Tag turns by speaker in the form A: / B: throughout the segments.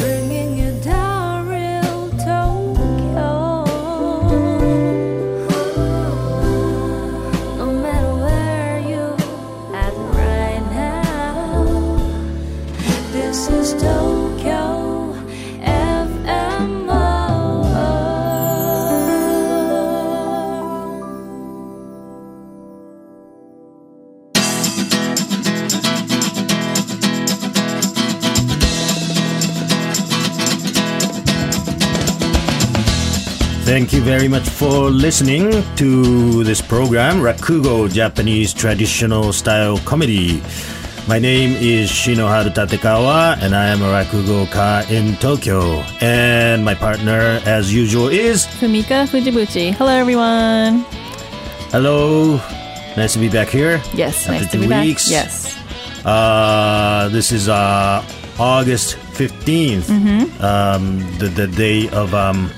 A: Bringing you down real Tokyo. No matter where you at right now. This is Tokyo FMO.
B: Thank you very much for listening to this program, Rakugo Japanese Traditional Style Comedy. My name is Shinoharu Tatekawa, and I am a Rakugo ka in Tokyo. And my partner, as usual, is
C: Fumika Fujibuchi. Hello, everyone.
B: hello. Nice to be back here.
C: Yes,
B: After
C: nice to
B: two
C: be
B: weeks.
C: back. Yes,
B: Uh, this is uh, August 15th,
C: Mm-hmm.
B: um, the, the day of. Um,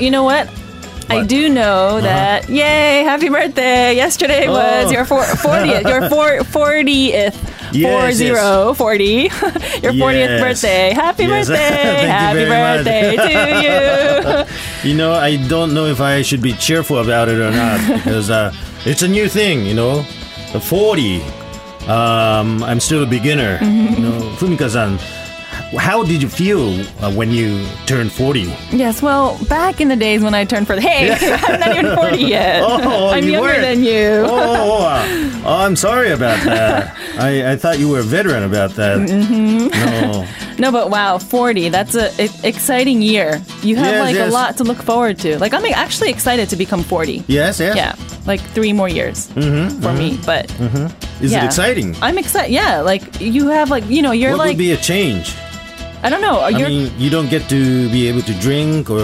C: you know what? I
B: What? Uh-huh.
C: do know that. Yay! Happy birthday! Yesterday
B: Oh.
C: was your four, 40th, your four, 40th. Four
B: Yes, yes.
C: zero forty, your 40th
B: Yes.
C: birthday. Happy
B: Yes. Thank
C: birthday!
B: you
C: Happy
B: very much.
C: birthday to you!
B: You know, I don't know if I should be cheerful about it or not because uh, it's a new thing. You know, the forty. Um, I'm still a beginner.
C: Mm-hmm.
B: You know, Fumika-san, how did you feel uh, when you turned forty?
C: Yes, well, back in the days when I turned for the hey, I'm not even 40 yet.
B: Oh,
C: I'm
B: you
C: younger
B: were.
C: than you.
B: Oh, oh, uh, oh, I'm sorry about that. I, I thought you were a veteran about that.
C: Mm-hmm.
B: No.
C: No, but wow, 40. That's a, e- exciting year. You have
B: Yes,
C: like
B: yes.
C: a lot to look forward to. Like I'm actually excited to become 40.
B: Yes, yes.
C: Yeah, like 3 more years
B: Mm-hmm,
C: for me, but
B: Mm. Is
C: yeah.
B: it exciting?
C: I'm excited. Yeah, like you have like, you know, you're
B: what
C: like
B: would be a change?
C: I don't know,
B: I
C: you're
B: mean, you don't get to be able to drink or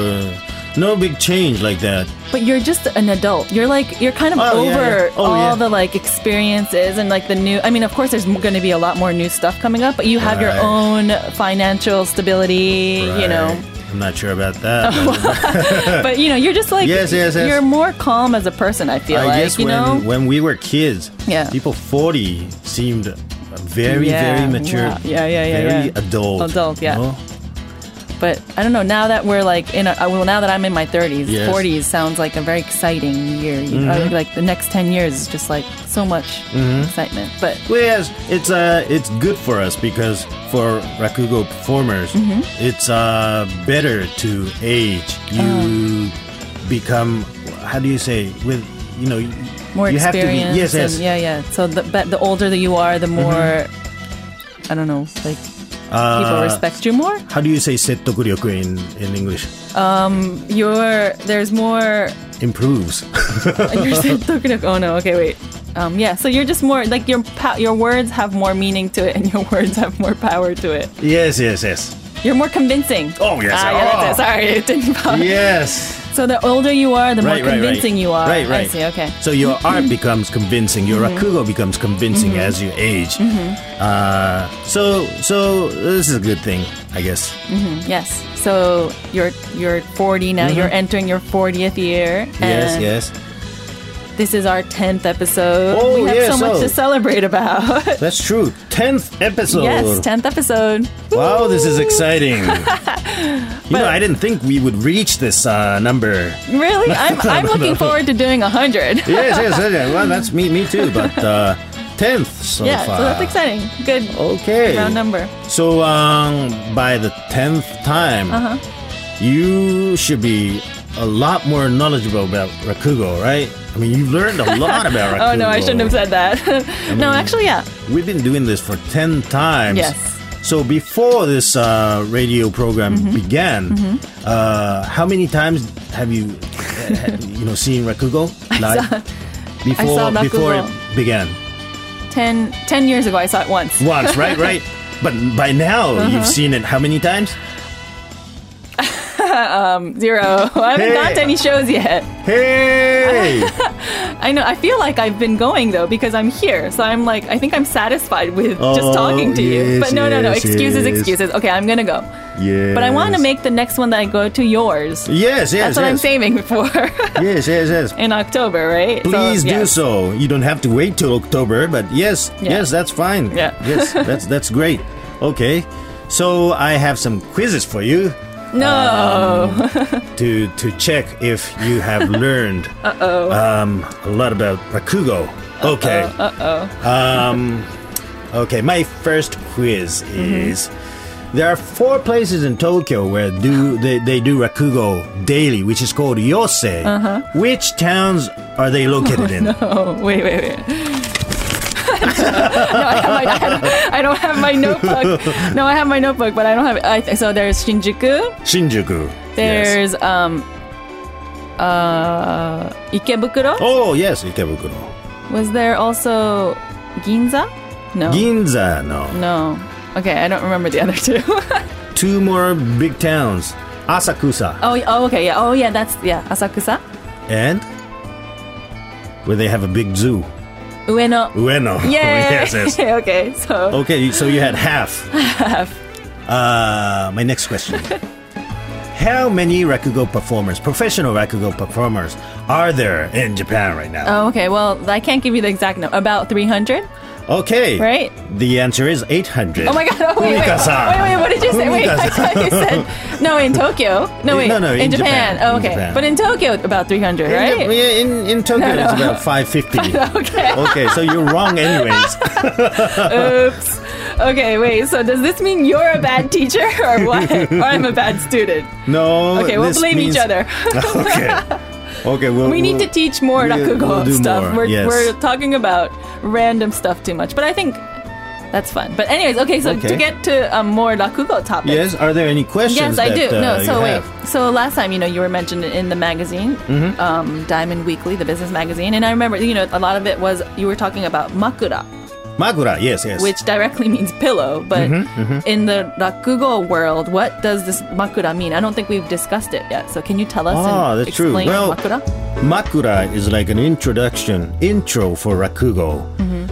B: no big change like that.
C: but you're just an adult. You're like you're kind of
B: Oh, yeah,
C: over
B: yeah. Oh,
C: all
B: yeah.
C: the like experiences and like the new I mean, of course there's going to be a lot more new stuff coming up, but you have your
B: Right.
C: own financial stability, you know.
B: Right. I'm not sure about that. but
C: But you know, you're just like
B: Yes, yes, yes.
C: you're more calm as a person, I feel
B: I
C: like,
B: guess
C: you
B: when
C: know.
B: when we were kids,
C: Yeah.
B: people 40 seemed very
C: Yeah,
B: very mature.
C: wow. Yeah, yeah, yeah,
B: Very
C: yeah.
B: adult.
C: Adult, yeah.
B: you know?
C: But I don't know. Now that we're like in, a, uh, well, now that I'm in my 30s,
B: Yes. Mm-hmm.
C: 40s sounds like a very exciting year. You know, like the next 10 years is just like so much excitement. But
B: Well, yes, it's uh, it's good for us because for rakugo performers,
C: Mm-hmm.
B: it's uh, better to age.
C: Uh-huh.
B: You become how do you say with you know
C: more
B: you
C: experience,
B: Have to be, yes,
C: and-
B: yes. Mm-hmm.
C: yeah, yeah. So the but the older that you are, the more I don't know, like people
B: Uh,
C: respect you more.
B: How do you say 説得力 in in English?
C: You're there's more.
B: Improves.
C: you're so talkative. oh no, okay, wait. Um, yeah, so you're just more like your pow- your words have more meaning to it, and your words have more power to it.
B: yes, yes, yes.
C: You're more convincing.
B: Oh, yes,
C: Ah, yeah, that's it.
B: oh.
C: Sorry, it didn't. pop.
B: Yes.
C: So the older you are, the
B: Right,
C: more
B: right,
C: convincing
B: right.
C: you are.
B: Right, right.
C: I see. Okay. Mm-hmm.
B: So your art becomes convincing. Your rakugo becomes convincing as you age.
C: Mm-hmm.
B: Uh, so, so uh, this is a good thing, I guess.
C: Yes. So you're you're 40 now. You're entering your 40th year.
B: Mm-hmm. Yes,
C: and
B: yes.
C: This is our 10th episode.
B: Oh,
C: we have
B: yes,
C: so much
B: oh.
C: to celebrate about.
B: That's true. Tenth episode.
C: yes, 10th episode.
B: Wow, this is
C: Woo!
B: exciting. you know, I didn't think we would reach this uh, number.
C: Really, I'm I'm looking forward to doing 100.
B: Yes, yes, yes, yes. Well, that's me, me too. But uh, tenth so
C: yeah.
B: far.
C: So that's exciting. Good
B: Okay.
C: round number.
B: So um, by the tenth time,
C: Uh-huh.
B: you should be a lot more knowledgeable about rakugo, right? I mean, you've learned a lot about rakugo.
C: Oh no, I shouldn't have said that.
B: Mm-hmm.
C: no, actually, yeah.
B: We've been doing this for ten times.
C: Yes.
B: So before this uh, radio program
C: Mm-hmm.
B: began, uh, how many times have you, uh, you know, seen rakugo live? before
C: saw
B: before it
C: Rakugo.
B: began.
C: 10, 10 years ago, I saw it once.
B: once, right? Right. But by now, you've
C: Uh-huh.
B: seen it how many times?
C: Zero. I haven't
B: Hey.
C: gone to any shows yet.
B: Hey!
C: I know. I feel like I've been going though because I'm here. So I'm like, I think I'm satisfied with
B: Oh,
C: just talking to
B: yes,
C: you. But no, no, no.
B: yes,
C: Excuses,
B: yes.
C: excuses. Okay, I'm gonna go.
B: yes.
C: But I want to make the next one that I go to yours.
B: Yes, yes,
C: That's what I'm saving for
B: yes, yes, yes.
C: in October, right? So,
B: Please do
C: yes.
B: so. You don't have to wait till October, but yes,
C: Yeah.
B: yes, that's fine.
C: Yeah.
B: yes, that's that's great. Okay. So I have some quizzes for you Um,
C: No.
B: to to check if you have learned um, a lot about Rakugo. Okay. Uh oh. um, okay, my first quiz
C: Mm-hmm.
B: is there are four places in Tokyo where do they, they do Rakugo daily, which is called Yosei. Which towns are they located in?
C: Uh-huh. oh, wait, wait, wait. no, I, have my, I, have- I don't have my notebook. No, I have my notebook, but I don't have. I, so there's Shinjuku.
B: Shinjuku. Yes.
C: There's um, uh, Ikebukuro.
B: Oh, yes, Ikebukuro.
C: Was there also Ginza? No.
B: Ginza, no.
C: no. Okay, I don't remember the other two.
B: Two more big towns Asakusa
C: oh, y- oh, okay, yeah. Oh, yeah, that's, yeah, Asakusa.
B: and where they have a big zoo.
C: Ueno.
B: Ueno.
C: Yay!
B: Oh, yes, yes. Oh.
C: okay, so.
B: Okay, so you had half. Half. Uh, my next question. How many Rakugo performers, professional Rakugo performers, are there in Japan right now?
C: Oh, okay, well, I can't give you the exact number. About 300?
B: okay.
C: Oh. Right.
B: The answer is 800.
C: Oh my god, oh, wait, wait, wait,
B: Kumika-san.
C: wait, what did you say? Wait, I thought you said, no, in Tokyo. No, wait,
B: No, no, in Japan,
C: Oh,
B: in
C: okay.
B: Japan.
C: But in Tokyo, about 300, right?
B: In, yeah, in, in Tokyo, it's about 550.
C: Okay.
B: okay, so you're wrong, anyways.
C: Oops.
B: Oh.
C: Okay, wait. So does this mean you're a bad teacher or what? or I'm a bad student?
B: No.
C: Okay, we'll
B: this
C: blame
B: means-
C: each other.
B: okay. Okay, we'll,
C: We need to
B: we'll-
C: teach more
B: we'll-
C: rakugo
B: we'll do
C: stuff. We're,
B: more, yes.
C: we're talking about random stuff too much, but I think that's fun. But anyways, okay. So
B: Okay.
C: to get to um, more rakugo topics.
B: Yes, are there any
C: Yes,
B: questions?
C: I do.
B: that, uh,
C: no,
B: you
C: so wait.
B: have? Mm-hmm.
C: So last time, you know, you were mentioned in the magazine, um, Diamond Weekly, the business magazine, and I remember, you know, a lot of it was you were talking about makura,
B: Magura, yes, yes.
C: which directly means pillow. But
B: Mm-hmm,
C: in the rakugo world, what does this makura mean? I don't think we've discussed it yet. So can you tell us
B: Ah,
C: and
B: that's true.
C: explain
B: Well-
C: makura?
B: Makura is like an introduction, intro for Rakugo.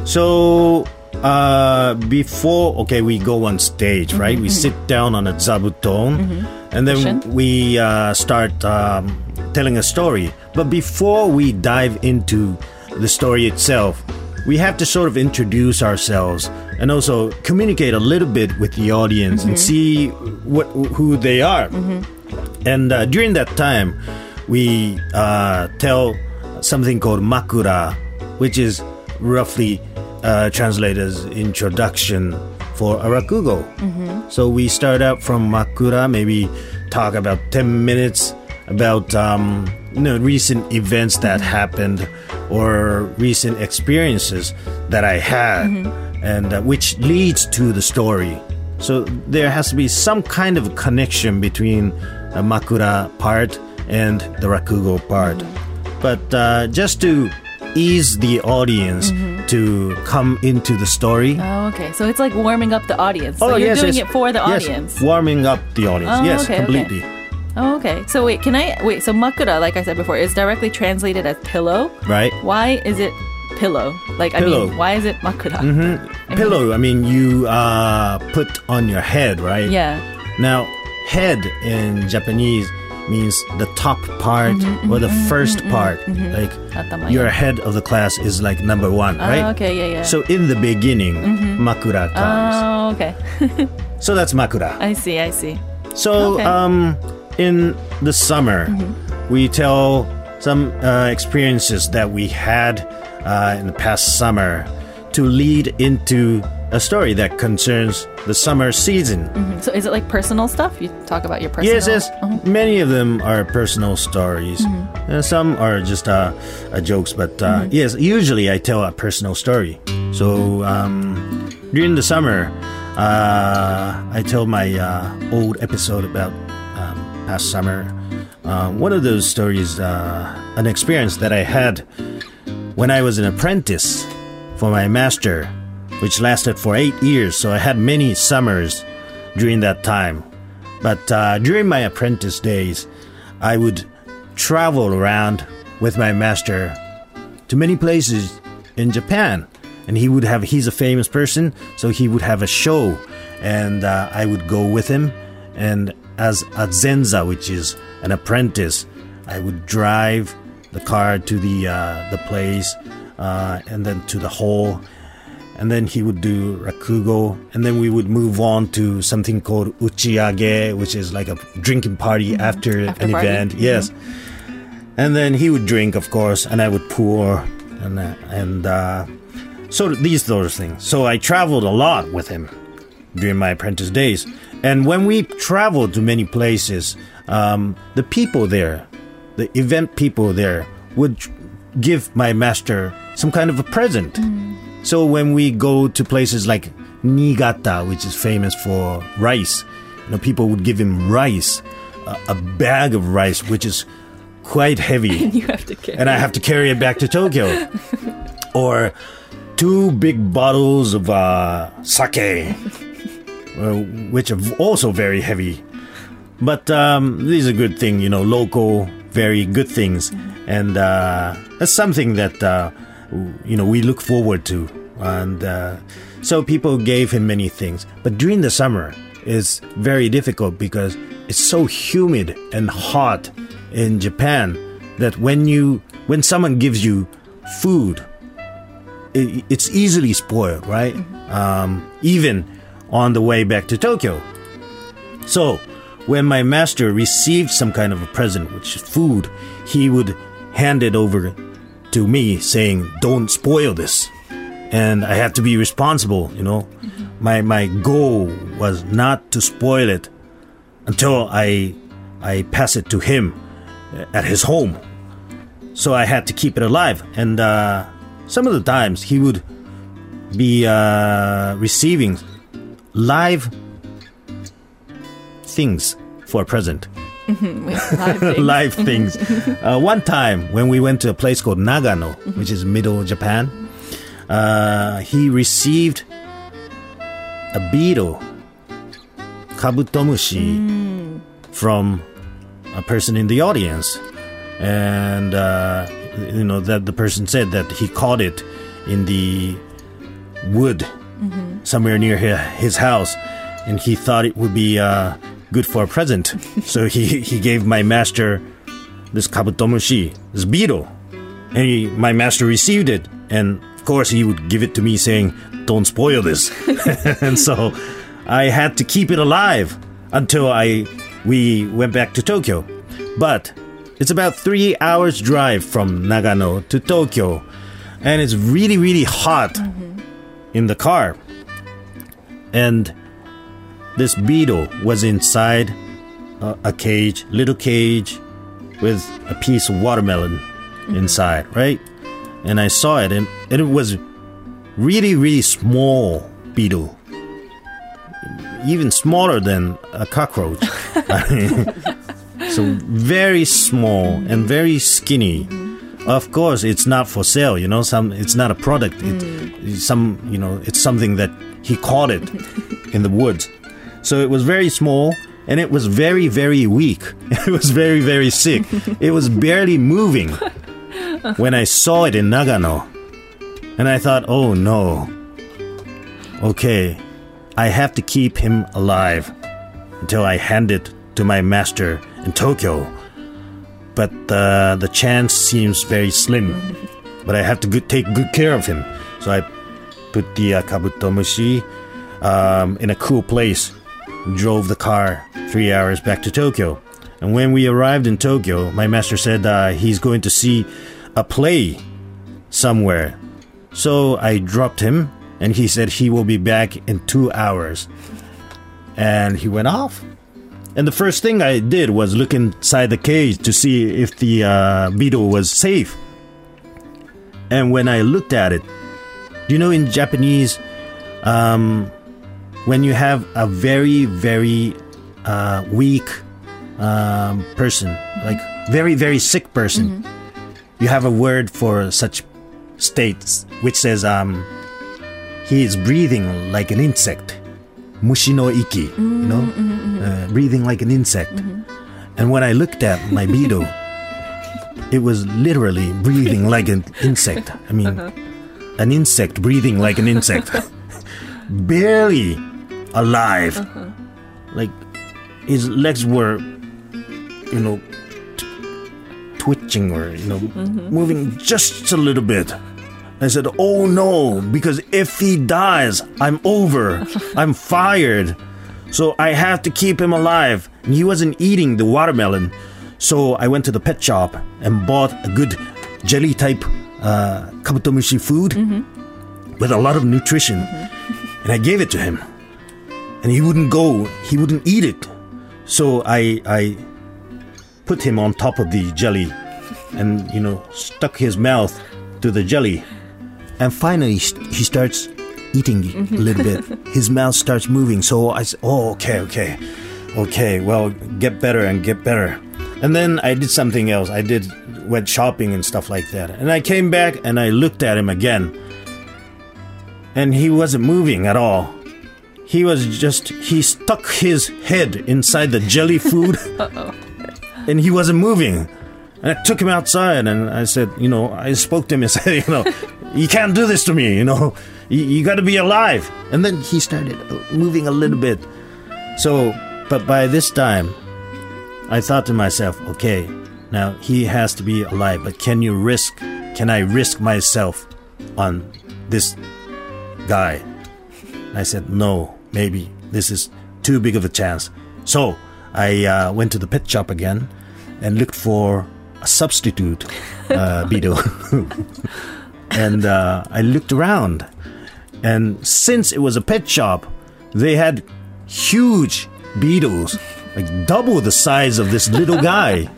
B: So uh, before, okay, we go on stage, right? We sit down on a zabuton, and then
C: Cushion.
B: we uh, start um, telling a story. But before we dive into the story itself, we have to sort of introduce ourselves and also communicate a little bit with the audience and see what who they are. And uh, during that time, we uh, tell something called makura, which is roughly uh, translated as introduction for arakugo. So we start out from makura, maybe talk about 10 minutes about um, you know, recent events that happened or recent experiences that I had, and uh, which leads to the story. So there has to be some kind of connection between the Makura part and the Rakugo part. But uh, just to ease the audience to come into the story.
C: Mm-hmm.
B: Oh,
C: Oh, okay. So it's like warming up the audience. So you're doing it for the
B: Yes,
C: audience.
B: warming up the audience.
C: Oh,
B: yes,
C: okay, okay.
B: completely.
C: Oh, okay. So wait, can I wait? So makura, like I said before, is directly translated as pillow.
B: Right.
C: Why is it pillow? Like I
B: Pillow. Mm-hmm.
C: mean, why is it makura?
B: Pillow, I mean, you uh, put on your head, right?
C: Yeah.
B: Now, head in Japanese means the top part
C: Mm-hmm,
B: or the 1st part.
C: Atama, mm-hmm. yeah.
B: Like your head of the class is like number one,
C: Oh,
B: right?
C: okay. Yeah. Mm-hmm. Yeah.
B: So in the beginning, makura comes.
C: Oh, okay.
B: so that's makura.
C: I see. I see.
B: So
C: Uh, okay. Mm-hmm.
B: um, in the summer, we tell some uh, experiences that we had uh, in the past summer to lead into a story that concerns the summer season.
C: Mm-hmm. So is it like personal stuff? You talk about your personal.
B: Yes, yes. Many of them are personal stories, and some are just uh, uh, jokes. But uh, yes, usually I tell a personal story. So um, during the summer, uh, I tell my uh, old episode about um, past summer. Uh, one of those stories, uh, an experience that I had when I was an apprentice for my master, which lasted for eight years. So I had many summers during that time. But uh, during my apprentice days, I would travel around with my master to many places in Japan. And he would have, he's a famous person, so he would have a show. And uh, I would go with him. And as a zenza, which is an apprentice, I would drive the car to the, uh, the place uh, and then to the hall. and then he would do rakugo, and then we would move on to something called uchiage, which is like a drinking party after,
C: Mm-hmm. After
B: an
C: party.
B: event. Yes, and then he would drink, of course, and I would pour, and uh, and uh, so these sort of things. So I traveled a lot with him during my apprentice days, and when we traveled to many places, um, the people there, the event people there, would give my master some kind of a present. So when we go to places like Niigata, which is famous for rice, you know, people would give him rice, a, a bag of rice, which is quite heavy,
C: You have to care.
B: and I have to carry it back to Tokyo, or two big bottles of uh, sake, uh, which are also very heavy. But um, these are good thing, you know, local, very good things, and uh, that's something that uh, w- you know we look forward to. And uh, so people gave him many things, but during the summer it's very difficult because it's so humid and hot in Japan that when you when someone gives you food it, it's easily spoiled, right? Um, even on the way back to Tokyo. So, when my master received some kind of a present, which is food, he would hand it over to me, saying, "Don't spoil this," and I had to be responsible. You know, my my goal was not to spoil it until I I pass it to him at his home so I had to keep it alive. And uh, some of the times he would be uh, receiving live things for a present.
C: Wait, live thing.
B: live things. uh, one time when we went to a place called Nagano, which is middle Japan, uh, he received a beetle, kabutomushi, from a person in the audience. And, uh, you know, that the person said that he caught it in the wood somewhere near his, his house, and he thought it would be uh, good for a present. so he, he gave my master this kabutomushi, this beetle, and he, my master received it, and of course he would give it to me, saying, "Don't spoil this." and so I had to keep it alive until I we went back to Tokyo, but. It's about three hours drive from Nagano to Tokyo, and it's really, really hot in the car. And this beetle was inside a, a cage, little cage, with a piece of watermelon inside, right? And I saw it, and, and it was really, really small beetle. Even smaller than a cockroach. so very small and very skinny of course it's not for sale you know some it's not a product it, it's some you know it's something that he caught it in the woods so it was very small and it was very very weak it was very very sick it was barely moving when i saw it in nagano and i thought oh no okay i have to keep him alive until i hand it to my master in tokyo but uh, the chance seems very slim. But I have to good, take good care of him. So I put the uh, kabutomushi um, in a cool place, drove the car three hours back to Tokyo. And when we arrived in Tokyo, my master said uh, he's going to see a play somewhere. So I dropped him, and he said he will be back in two hours. And he went off. And the first thing I did was look inside the cage to see if the uh, beetle was safe. And when I looked at it, do you know in Japanese, um, when you have a very, very uh, weak um, person, like very, very sick person, you have a word for such states, which says um, he is breathing like an insect. Mushi no iki, you know, uh, breathing like an insect. And when I looked at my beetle, it was literally breathing like an insect. I mean, an insect breathing like an insect, barely alive. Like his legs were, you know, t- twitching or you know, moving just a little bit. I said, Oh no, because if he dies, I'm over. I'm fired. So I have to keep him alive. And he wasn't eating the watermelon. So I went to the pet shop and bought a good jelly type uh, kabutomushi food with a lot of nutrition. and I gave it to him. And he wouldn't go, he wouldn't eat it. So I, I put him on top of the jelly and, you know, stuck his mouth to the jelly. And finally, s- he starts eating a little bit. His mouth starts moving. So I said, oh, okay, okay, okay, well, get better and get better. And then I did something else. I did went shopping and stuff like that. And I came back and I looked at him again. And he wasn't moving at all. He was just, he stuck his head inside the jelly food. and he wasn't moving. And I took him outside and I said, you know, I spoke to him and said, you know, you can't do this to me, you know, you, you got to be alive. And then he started moving a little bit. So, but by this time, I thought to myself, okay, now he has to be alive, but can you risk, can I risk myself on this guy? And I said, no, maybe this is too big of a chance. So I uh, went to the pet shop again and looked for a substitute uh, beetle. and uh, I looked around. And since it was a pet shop, they had huge beetles, like double the size of this little guy.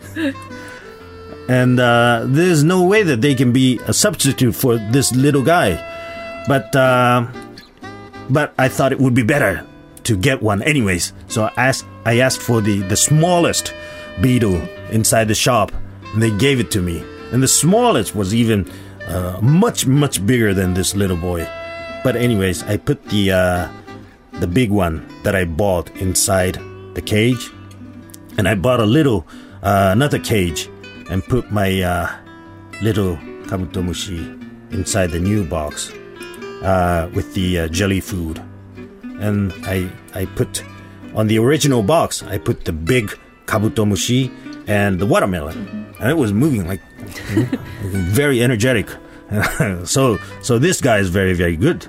B: and uh, there's no way that they can be a substitute for this little guy. But uh, but I thought it would be better to get one anyways. So I asked, I asked for the, the smallest beetle inside the shop, and they gave it to me. And the smallest was even uh, much, much bigger than this little boy. But anyways, I put the uh, the big one that I bought inside the cage, and I bought a little uh, another cage, and put my uh, little kabutomushi inside the new box uh, with the uh, jelly food. And I, I put on the original box, I put the big kabutomushi and the watermelon, and it was moving like very energetic. so so this guy is very very good,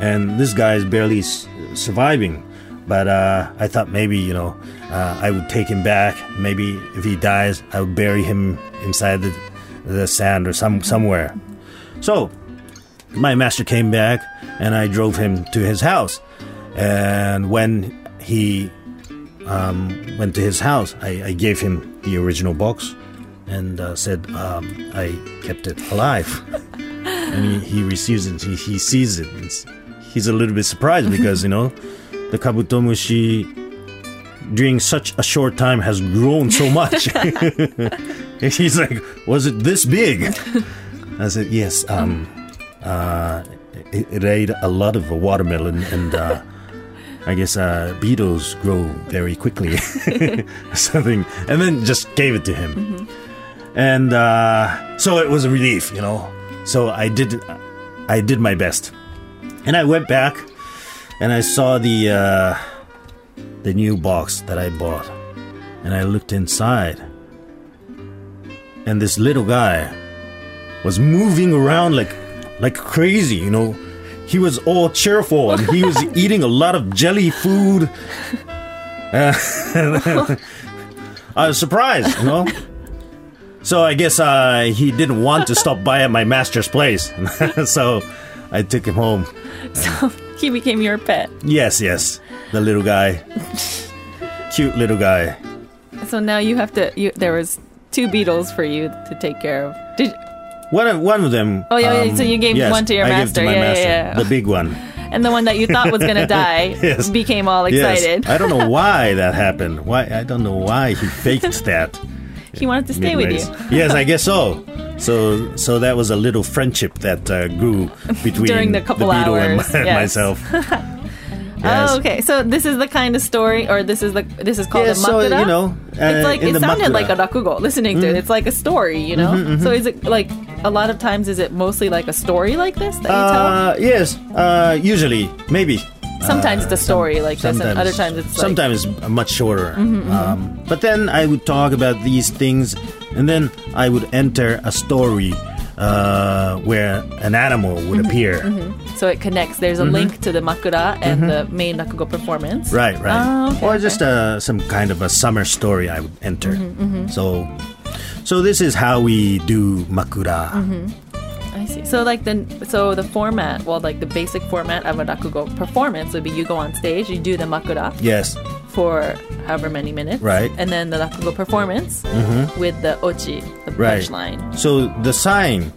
B: and this guy is barely s- surviving. But uh, I thought maybe you know uh, I would take him back. Maybe if he dies, I would bury him inside the, the sand or some somewhere. So my master came back and I drove him to his house. And when he um, went to his house, I, I gave him the original box and uh, said um, I kept it alive. and he, he receives it, he, he sees it. It's, he's a little bit surprised because, you know, the kabutomushi during such a short time has grown so much. he's like, was it this big? I said, yes. Um, uh, it, it ate a lot of watermelon, and uh, I guess uh, beetles grow very quickly, something. And then just gave it to him, and uh, so it was a relief, you know. So I did, I did my best, and I went back, and I saw the uh, the new box that I bought, and I looked inside, and this little guy was moving around like like crazy, you know. He was all cheerful and he was eating a lot of jelly food. Uh, I was surprised, you know. So I guess uh, he didn't want to stop by at my master's place. so I took him home.
C: He became your pet.
B: Yes, yes. The little guy. Cute little guy.
C: So now you have to. You, there was two beetles for you to take care of. Did
B: One of, one of them. um,
C: Oh, yeah, yeah, so you gave
B: yes,
C: one to your
B: I gave
C: master.
B: my
C: Yeah, yeah,
B: master,
C: yeah.
B: The big one.
C: and the one that you thought was gonna die
B: Yes.
C: became all
B: Yes.
C: excited.
B: I don't know why that happened. Why I don't know why he faked that.
C: He wanted to stay with you.
B: Midways. yes, I guess so. So, so that was a little friendship that uh, grew between
C: During the couple
B: beetle
C: hours,
B: and my,
C: yes.
B: myself. Yes.
C: Oh, okay. So this is the kind of story, or this is the this is called
B: Yeah,
C: a
B: so,
C: makura.
B: you know, uh,
C: it's like
B: in
C: it
B: the
C: sounded like a
B: makura. Mm-hmm.
C: rakugo. Listening to it, it's like a story. You know. So is it like a lot of times? Is it mostly like a story like this that you
B: Uh, yes, uh, usually, maybe.
C: tell? Sometimes it's a story like this, and other times it's like, Mm-hmm,
B: sometimes much shorter. Um, but then I would talk about these things, and then I would enter a story uh, where an animal would
C: Mm-hmm,
B: appear.
C: So it connects. There's a
B: Mm-hmm.
C: link to the makura and the main rakugo performance.
B: Right, right.
C: Oh, okay,
B: or
C: okay. Mm-hmm,
B: just uh, some kind of a summer story I would enter. So, so this is how we do makura.
C: Mm-hmm. I see. So like the so the format, well, like the basic format of a rakugo performance would be you go on stage, you do the makura
B: Yes,
C: for however many minutes,
B: Right. Mm-hmm.
C: And then the rakugo performance with the ochi, the
B: right.
C: punchline.
B: So the sign,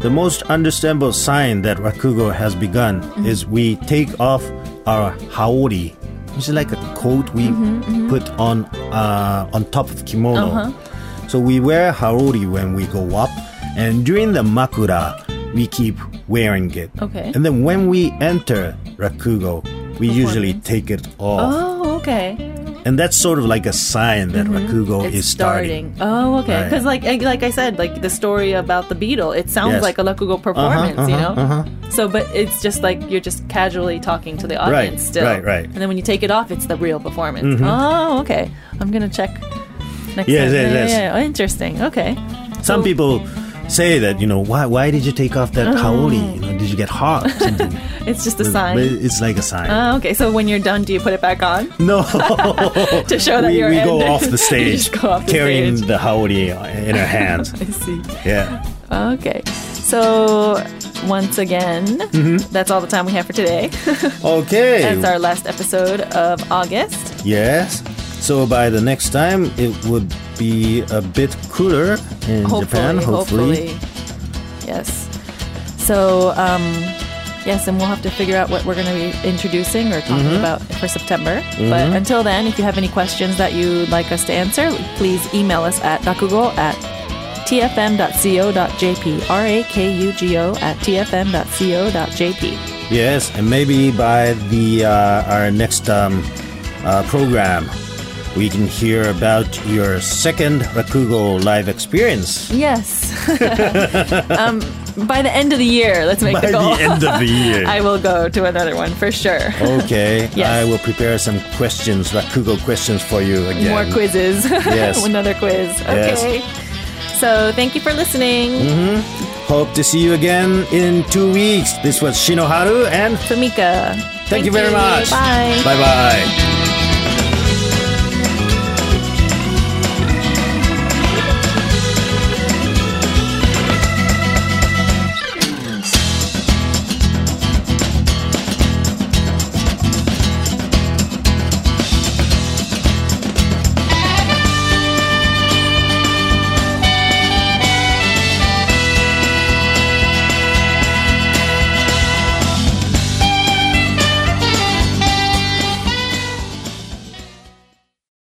B: the most understandable sign that rakugo has begun
C: Mm-hmm.
B: is we take off our haori, which is like a coat we
C: Mm-hmm,
B: put on uh, on top of kimono.
C: Uh-huh.
B: So we wear haori when we go up, and during the makura, we keep wearing it.
C: Okay.
B: And then when we enter rakugo, we usually take it off,
C: Oh, Mm-hmm. okay.
B: and that's sort of like a sign that rakugo is starting.
C: Oh, okay.
B: Right.
C: Because like like I said, like the story about the beetle, it sounds
B: Yes.
C: like a Rakugo performance, you know.
B: uh-huh,
C: So, but it's just like you're just casually talking to the audience still.
B: right, right. Mm-hmm.
C: And then when you take it off, it's the real performance. Oh, okay. I'm gonna check. Next
B: Yes,
C: time.
B: yes,
C: yeah,
B: yes.
C: yeah. Oh, interesting. Okay.
B: Some people say that you know why why did you take off that kaori? You know, did you get hot? or Something.
C: It's just a
B: But-
C: Uh-huh. sign.
B: but it's like a sign.
C: Oh, okay. So when you're done, do you put it back on
B: no,
C: to show Oh, that
B: we,
C: you're
B: we go
C: ended?
B: off the
C: You
B: stage
C: just go off the
B: carrying
C: stage.
B: the haori in our hands.
C: I see.
B: yeah,
C: Okay. So once again,
B: Mm-hmm.
C: that's all the time we have for today.
B: okay.
C: That's our last episode of August.
B: Yes. So by the next time, it would be a bit cooler in Japan, hopefully.
C: hopefully. Yes. So, um, yes, and we'll have to figure out what we're going to be introducing or talking
B: Mm-hmm.
C: about for September. But until then, if you have any questions that you'd like us to answer, please email us at rakugo at tfm.co.jp. R A K U G O at tfm.co.jp.
B: Yes, and maybe by the uh, our next um, uh, program, we can hear about your second Rakugo live experience
C: Yes. um, by the end of the year, let's make
B: by
C: the goal.
B: the end of the year.
C: I will go to another one for sure.
B: okay,
C: Yes.
B: I will prepare some questions, Rakugo questions for you again.
C: More quizzes.
B: Yes.
C: Another quiz.
B: Yes. Mm-hmm.
C: Okay. So thank you for listening.
B: Hope to see you again in two weeks. This was Shinoharu, and
C: Famika.
B: thank, you very much.
C: Bye.
B: Bye bye.